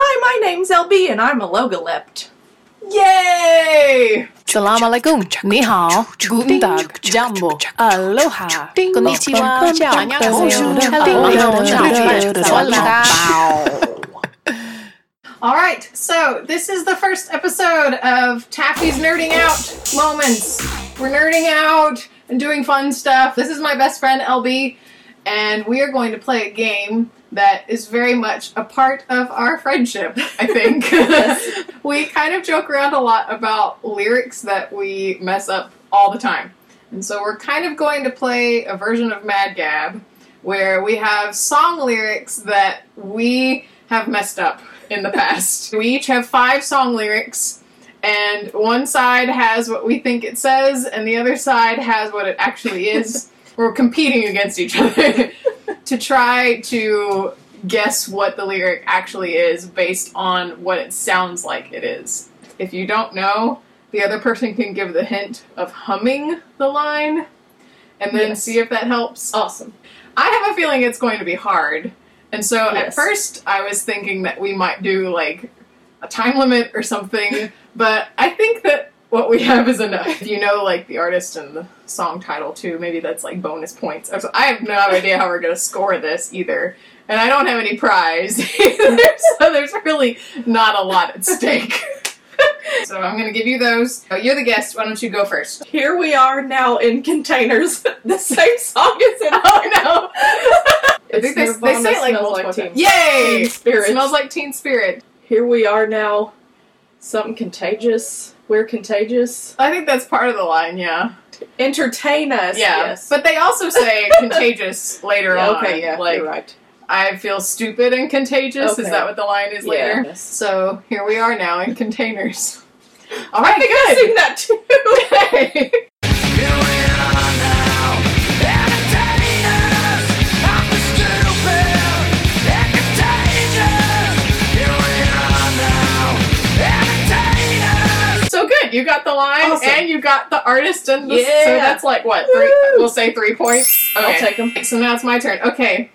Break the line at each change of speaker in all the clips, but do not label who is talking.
My name's LB and I'm a logolept.
Yay!
Salam alaikum, ni hao, guten tag, jambo, aloha, konnichiwa, ciao, 안녕하세요, hello, hello, hola.
All right, so this is the first episode of Taffy's Nerding Out Moments. We're nerding out and doing fun stuff. This is my best friend, LB, and we are going to play a game that is very much a part of our friendship, I think. we kind of joke around a lot about lyrics that we mess up all the time. And so we're kind of going to play a version of Mad Gab where we have song lyrics that we have messed up in the past. we each have five song lyrics, and one side has what we think it says, and the other side has what it actually is. We're competing against each other to try to guess what the lyric actually is based on what it sounds like it is. If you don't know, the other person can give the hint of humming the line and then
Yes.
see if that helps.
Awesome.
I have a feeling it's going to be hard. And so at
Yes.
first I was thinking that we might do like a time limit or something, but I think that what we have is enough. You know, like the artist and the song title too. Maybe that's like bonus points. I was- I have no idea how we're going to score this either. And I don't have any prize either, so there's really not a lot at stake. so I'm going to give you those. Oh, you're the guest. Why don't you go first?
Here we are now in containers. the same song is in
Oh no! I
It's
think they, they
Nirvana
say it like
smells
multiple times.
like teen-
Yay!
teen spirit.
Smells like Teen Spirit.
Here we are now. Something contagious. We're contagious.
I think that's part of the line. Yeah.
Entertain us.
yeah.
Yes.
But they also say contagious later
Yeah,
on.
okay. Yeah.
Like
you're right.
I feel stupid and contagious. Is
Okay.
that what the line is
Yeah.
later?
Yes.
So here we are now in containers. All
I think I've
right.
seen that too.
Good. So good. You got the line
Awesome.
and you got the artist and the
Yeah.
so that's like what, three
Woo.
we'll say three points. Okay.
I'll take them.
So now it's my turn. Okay.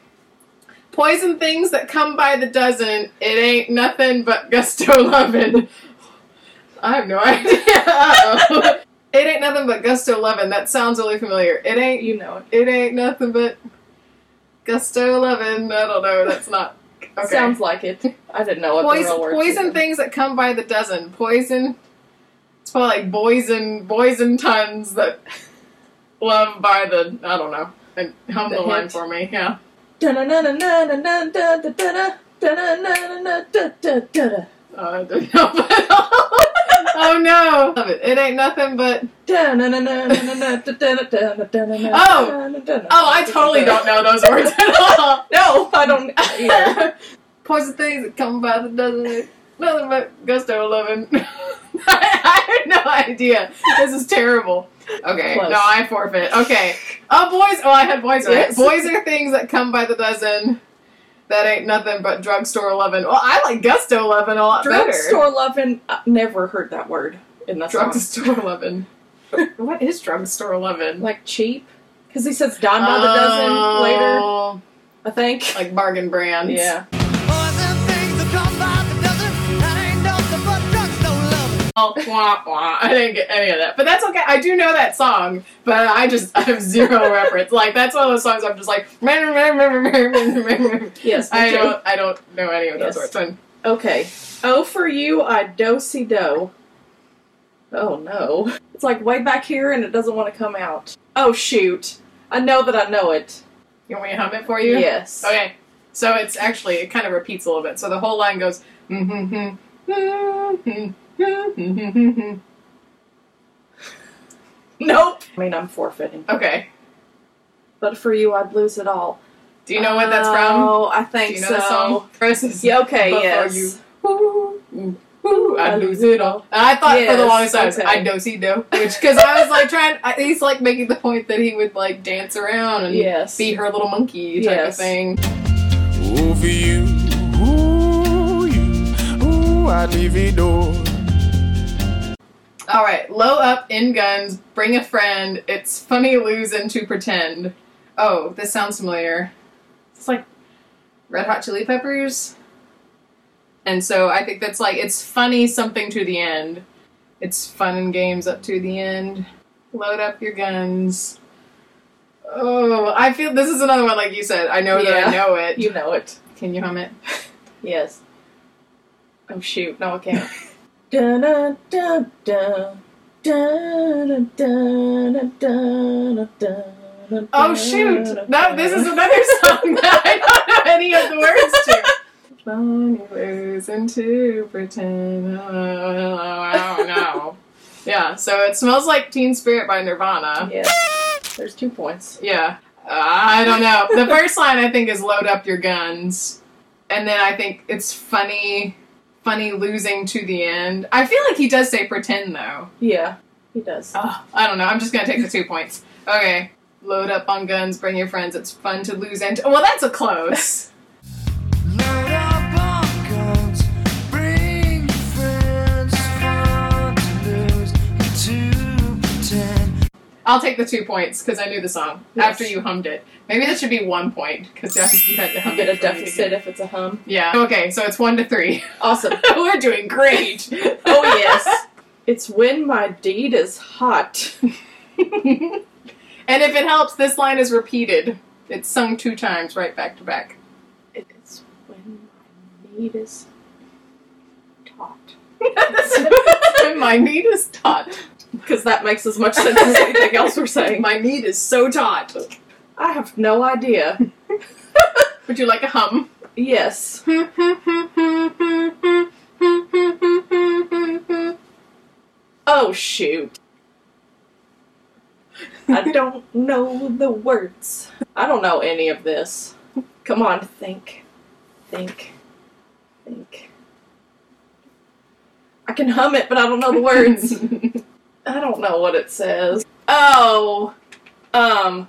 Poison things that come by the dozen, it ain't nothing but gusto lovin'. I have no idea. Uh-oh. it ain't nothing but gusto lovin'. That sounds really familiar. It ain't
You know
it
it.
ain't nothing but gusto lovin'. I don't know. That's not. Okay.
Sounds like it. I didn't know what the
poison,
real word
poison things that come by the dozen. Poison. It's probably like poison, poison tons that love by the. I don't know. And hum
The
the, line
hint.
for me. Yeah.
Dun-dun-dun-dun-dun-dun-dun-dun-dun-dun-dun-dun-dun-dun-dun-dun-dun-dun-dun-dun-dun-dun-dun-dun-dun-dun-dun-dun-un.
Oh, I didn't help at all. oh no! Love it. It ain't nothing but. Oh, I totally don't know those words at all.
No, I don't either.
Poison things that come by the dozen. it- Nothing but gusto loving. I have no idea. This is terrible. Okay,
Close.
no, I forfeit. Okay. Oh, boys. Oh, I had boys right.
Yes.
Boys are things that come by the dozen. That ain't nothing but drugstore loving. Well, I like gusto loving a lot better.
Drugstore loving. I never heard that word in the song.
Drugstore loving. what is drugstore loving?
Like cheap, because he says dime by the dozen later.
Oh,
I think.
Like bargain brands.
Yeah.
Oh, wah, wah. I didn't get any of that. But that's okay. I do know that song, but I just I have zero reference. Like that's one of those songs I'm just like I
Yes. me too.
don't I don't know any of those
Yes.
words. Fine.
Okay. Oh, for you, I do see do. Oh no. It's like way back here and it doesn't want to come out. Oh shoot. I know that I know it.
You want me to hum it for you? Oh,
Yes.
Okay. So it's actually it kind of repeats a little bit. So the whole line goes Okay.
Nope. I mean, I'm forfeiting. But for you, I'd lose it all.
Do you know what that's from?
Oh, I
Do
think
you know
so.
the song? Chris is
Yeah, okay,
But for
yes.
you. Ooh, ooh, ooh, I lose it all. And I thought for the
Yes,
longest time,
okay.
I do see do, which because I was like trying. I, he's like making the point that he would like dance around and
Yes.
be her little monkey type of
Yes.
thing.
Ooh, for you, ooh, you, ooh, I leave it all.
All right, low up in guns, bring a friend. It's funny losing to pretend. Oh, this sounds familiar. It's like Red Hot Chili Peppers. And so I think that's like it's funny something to the end. It's fun and games up to the end. Load up your guns. Oh, I feel this is another one like you said. I know that I
Yeah.
know it.
You know it.
Can you hum it?
Yes. Oh shoot! No, I can't. da da da da da da da da da da.
Oh shoot! No, this is another song that I don't know any of the words to. Lonely losing to pretend. Oh, I don't know. Yeah, so it smells like Teen Spirit by Nirvana.
Yes. There's two points.
Yeah, I don't know. The first line I think is "Load up your guns," and then I think it's funny, funny losing to the end. I feel like he does say "pretend" though.
Yeah, he does.
Ugh, Ah, I don't know. I'm just gonna take the two points. Okay. Load up on guns, bring your friends. It's fun to lose and well, that's a close.
Load up on guns, bring your friends, fun to lose, and to pretend.
I'll take the two points because I knew the song
Yes.
after you hummed it. Maybe that should be one point because I think you had to hum
You get
it
a
for me to
deficit
get-
if it's a hum.
Yeah. Okay, so it's one to three.
Awesome.
We're doing great.
Oh yes. It's when my deed is hot.
and if it helps, this line is repeated. It's sung two times right back to back.
It's when my need is taut.
My need is taut.
Because that makes as much sense as anything else we're saying.
My need is so taut.
I have no idea.
Would you like a hum?
Yes.
It's
Oh shoot. I don't know the words. I don't know any of this. Come on, think. Think. Think. I can hum it, but I don't know the words. I don't know what it says. Oh, um,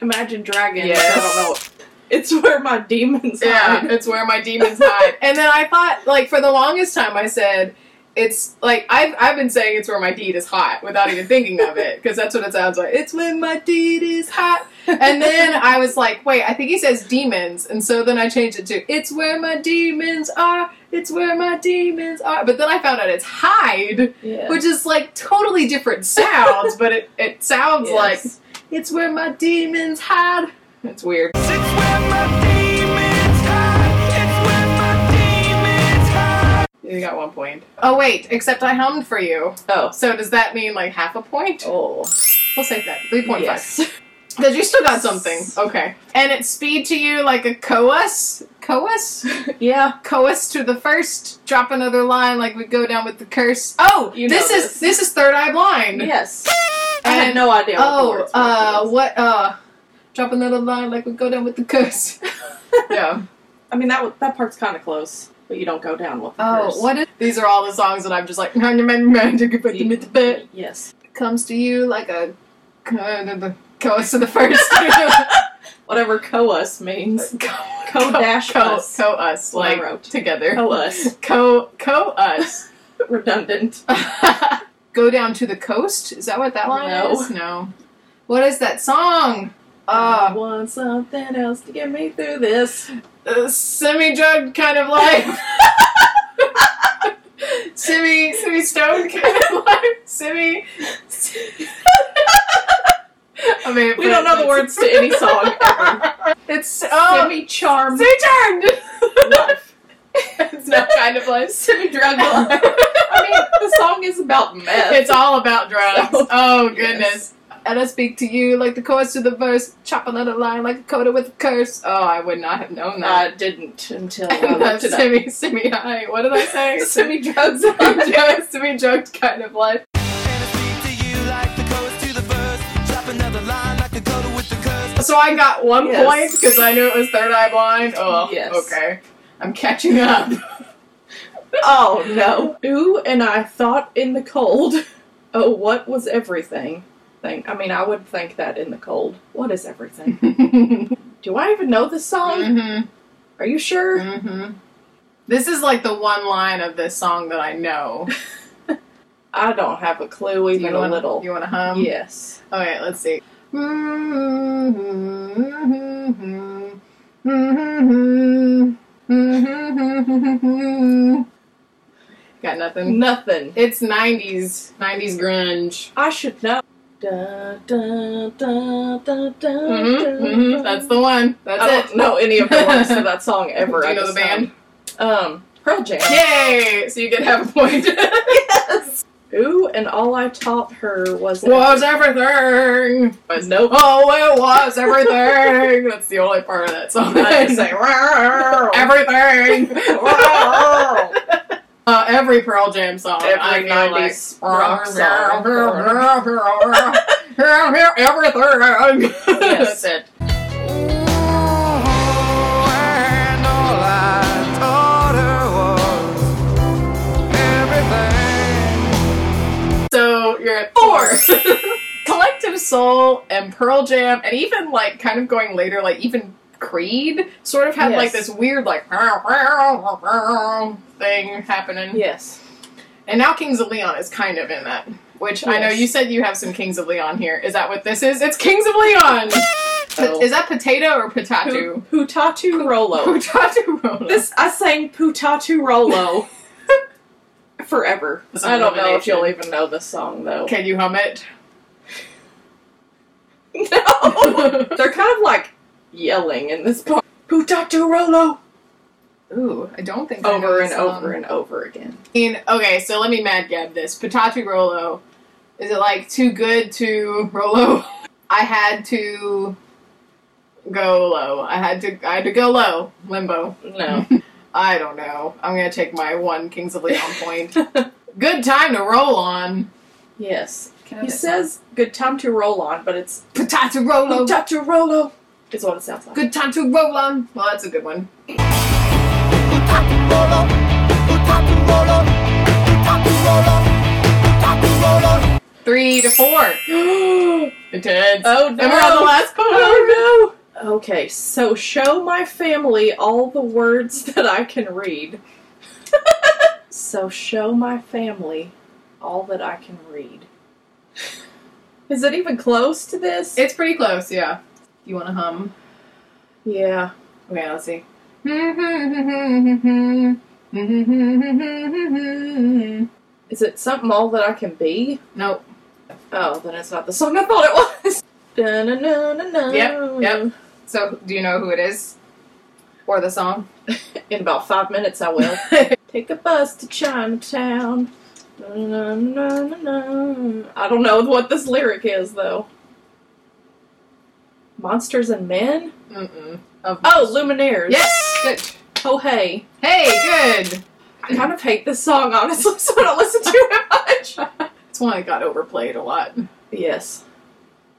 Imagine Dragons.
Yes.
I don't know. It's where my demons
yeah,
are.
it's where my demons hide. And then I thought, like, for the longest time, I said, it's like I've I've been saying it's where my deed is hot without even thinking of it because that's what it sounds like. It's when my deed is hot. And then I was like, wait, I think he says demons, and so then I changed it to it's where my demons are. It's where my demons are. But then I found out it's hide.
Yeah.
which is like totally different sounds, but it, it sounds
Yes.
like it's where my demons hide. It's weird.
It's where my demons hide, it's where my demons hide.
You got one point. Oh wait, except I hummed for you.
oh.
So does that mean like half a point?
Oh.
We'll save that. Three point five.
Yes.
Because you still got something. Okay. And it's speed to you like a coas? Coas?
Yeah.
Coas to the first. Drop another line like we go down with the curse. Oh,
You know
this is
this.
this is third eye blind.
Yes. I
And-
had no idea. What the
Oh,
words were for
uh,
this.
what, uh, drop another line like we go down with the curse. yeah.
I mean that w- that part's kind of close, but you don't go down with. The
Oh,
verse.
what is. These are all the songs that I'm just like, it
Yes.
comes to you like a. Goes to the first.
Whatever coas means.
co
dash
co,
us.
Co us,
What I
like
wrote.
together.
Coas.
Co co us.
Redundant.
go down to the coast. Is that what that line
No.
is? No. What is that song? Uh,
I want something else to get me through this.
a semi drug kind of life. semi semi stoned kind of life. Semi. I mean,
We don't know the words to any song ever.
It's oh,
Semi charm
semi turned.
life.
it's not kind of life.
Semi drug life. I mean, the song is about meth.
It's all about drugs.
So-
oh goodness. And I speak to you like the chorus to the verse, chop another line like a coda with a curse. Oh, I would not have known
I
that.
didn't until I
Uh,
looked it up.
semi, semi high. What did I say?
Semi drugs.
drugs, semi drugged kind of life.
And I speak to you like the chorus to the verse, drop another line like a coda with the curse.
So I got one
Yes.
point because I knew it was third eye blind. Oh,
Yes.
okay. I'm catching up.
Oh no. Ooh, and I thought in the cold. Oh, what was everything? Thing. I mean, I would think that in the cold. What is everything?
mm-hmm.
Do I even know this song? Are you sure?
Mm-hmm. This is like the one line of this song that I know.
I don't have a
you
clue, even a
wanna,
little.
You want to hum?
yes.
All right, let's see. Mm-hmm. Mm-hmm. Got nothing.
Nothing.
It's 90s. 90s grunge.
I should know. Dun, dun, dun, dun, dun, dun,
Mm-hmm, mm-hmm. That's the one.
I
That's
don't
it.
know Oh, any of the words to that song ever.
Do you
I
know
just
the band?
Um, Pearl Jam.
Yay! So you get half a point.
yes. Ooh, and all I taught her was
was everything.
nope.
Oh, it was everything. That's the only part of that song.
I just say
everything. Uh, every Pearl Jam song.
Every
I feel
90s rock
like, Everything.
Yes.
That's it.
and all I taught her was everything.
So you're at four. Collective Soul and Pearl Jam, and even like kind of going later, like even Creed sort of had like
Yes.
this weird like thing happening.
yes.
And now Kings of Leon is kind of in that. Which I know
Yes.
you said you have some Kings of Leon here. Is that what this is? It's Kings of Leon.
Oh.
Is that potato or potato?
Pu- Putatu Rolo.
Potato roll.
This I sang Putatu Rolo forever.
This is
I don't know if
elimination.
you'll even know this song though.
Can you hum it?
No, they're kind of like yelling in this part. Putatu Rolo
Ooh, I don't think I know
over
this
and
song.
over and over again.
I mean, okay, so let me mad gab this. Patati Rolo. Is it like too good to Rolo? I had to go low. I had to I had to go low. Limbo.
No.
I don't know. I'm gonna take my one Kings of Leon point. good time to roll on.
yes.
Can
He says good time to roll on, but it's
Patati Rolo.
Putatu Rolo is what it sounds like.
Good time to roll on. Well, that's a good one. Three to four.
oh
Intense.
no.
And we're on the last part.
Oh no! Okay, so show my family all the words that I can read. so show my family all that I can read. Is it even close to this?
It's pretty close, yeah. You want to hum?
yeah.
Okay, let's see. Nope.
Is it something all that I can be? Oh, then it's not the song I thought it was. Dun-dun-dun-dun-dun.
Yep, yep. So, do you know who it is? Or the song?
In about five minutes, I will. Take a bus to Chinatown. Na-na-na-na-na. I don't know what this lyric is though. Monsters and Men?
Mm-mm. Of-
Oh, Luminaires.
Yes! Good.
Oh, hey.
Hey, good!
I kind of hate this song, honestly, so I don't listen to it much.
It's one that got overplayed a lot.
yes.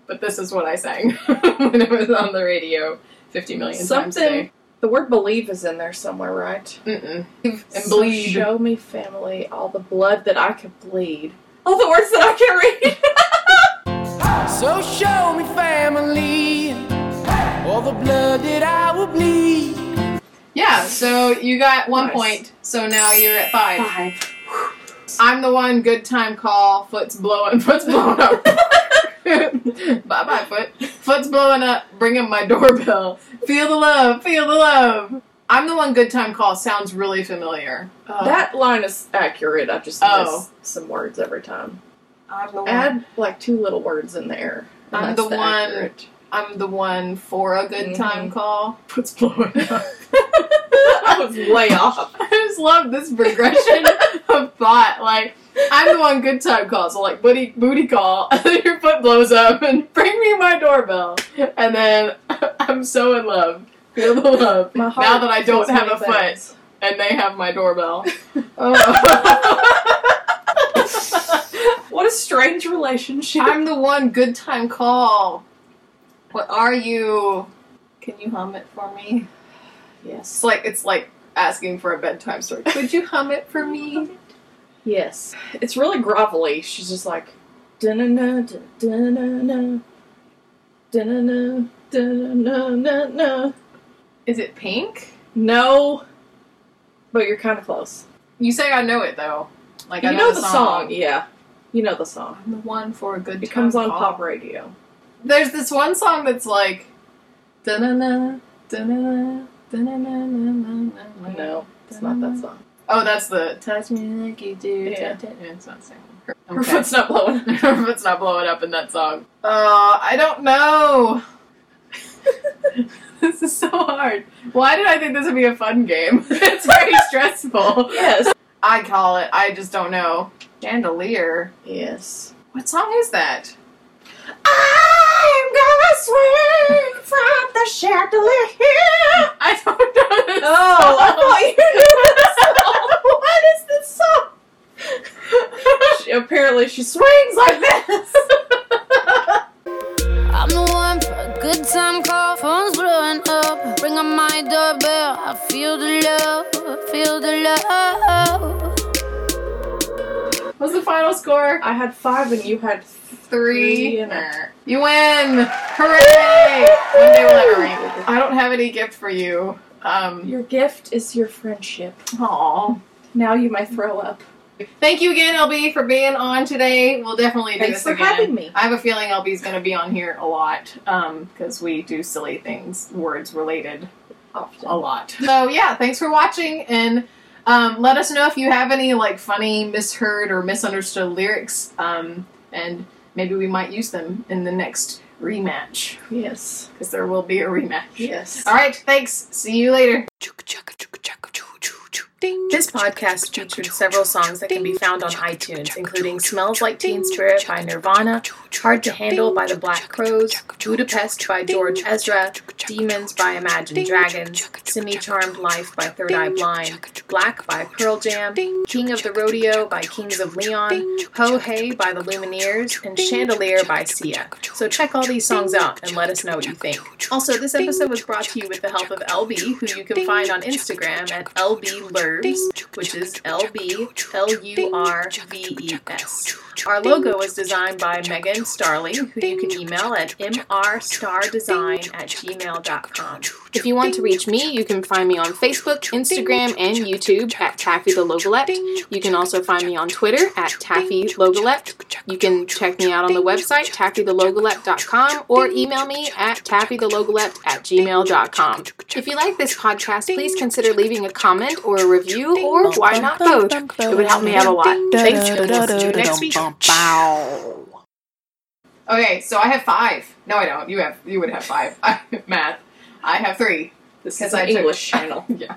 But this is what I sang when it was on the radio 50 million times a
Something.
day.
The word believe is in there somewhere, right?
Mm-mm. And
So
bleed.
show me, family, all the blood that I can bleed. All the words that I can
So show me family, all the blood that I will bleed.
Yeah, so you got one
Nice.
point, so now you're at five.
read. Five.
I'm the one good time call, foot's blowing, foot's blowing up. bye bye, foot. Foot's blowing up, bring in my doorbell. Feel the love, feel the love. I'm the one good time call sounds really familiar. Uh,
That line is accurate. I just
Oh.
miss some words every time.
I'm the one.
Add like two little words in there. and
I'm
that's
the one-
accurate.
I'm the one for a good time
Mhm.
call.
Foot's blowing up. I was way off.
I just love this progression of thought. Like, I'm the one good time call, so like booty booty call, and then your foot blows up and bring me my doorbell. And then I'm so in love. Feel the love.
My heart
Now that I don't
feels
have
many
a foot
things.
and they have my doorbell. Oh.
What a strange relationship.
I'm the one good time call. What are you? Can you hum it for me? It's
yes.
like it's like asking for a bedtime story. Could you hum it for me?
Yes. It's really grovelly. She's just like dun-na-na, dun-na-na, dun-na-na, dun-na-na-na.
Is it pink?
No, but you're kind of close.
You say I know it though. Like I
you
know,
know the song. yeah. You know the song.
I'm the one for a good.
It comes
time
on
call.
pop radio.
There's this one song that's like, da na na da na
No, it's not that song.
Oh, that's the touch me like you do.
Yeah.
touch it. No, It's not singing.
Her foot's not blowing.
Her foot's not blowing up in that song. Uh, I don't know. this is so hard. Why did I think this would be a fun game? it's very stressful.
Yes.
I call it. I just don't know. Chandelier.
Yes.
What song is that? I'm gonna swing from the chandelier. I don't know this
Oh, I thought you
what is this song?
She, apparently she swings like this.
I'm the one for a good time call. Phone's blowing up. Ring on my doorbell. I feel the love. Feel the love.
What's the final score?
I had five and you had
Three.
Three and a-
You win! Hooray! One day we'll have a ring. I don't have any gift for you. Um,
Your gift is your friendship.
aw.
Now you may throw up.
Thank you again, LB, for being on today. We'll definitely do
Thanks
this
for
again.
having me.
I have a feeling LB's going to be on here a lot because we do silly things, words related,
Often.
a lot. So yeah, thanks for watching, and um, let us know if you have any like funny, misheard, or misunderstood lyrics, um, and maybe we might use them in the next rematch
Yes.
because there will be a rematch.
Yes.
All right, thanks. See you later.
This podcast featured several songs that can be found on iTunes, including Smells Like Teen Spirit by Nirvana, Hard to Handle by the Black Crows, Budapest by George Ezra, Demons by Imagine Dragons, Semi Charmed Life by Third Eye Blind, Black by Pearl Jam, King of the Rodeo by Kings of Leon, Ho Hey by the Lumineers, and Chandelier by Sia. So check all these songs out and let us know what you think. Also, this episode was brought to you with the help of LB, who you can find on Instagram at LBLurves, which is LB L U R V E S. Our logo was designed by Megan Starley, who you can email at mrstardesign at gmail.com. If you want to reach me, you can find me on Facebook, Instagram, and YouTube at Taffy the Logalette. You can also find me on Twitter at Taffy Logalette. You can check me out on the website, taffythelogalette.com, or email me at taffythelogalette at gmail.com. If you like this podcast, please consider leaving a comment or a review, or why not both? It would help me out a lot. Thanks, and we'll see you next week.
Okay, so I have five. No, I don't. You have. You would have five. I have math. I have three
This
because
is
I
an
took-
English channel.
yeah.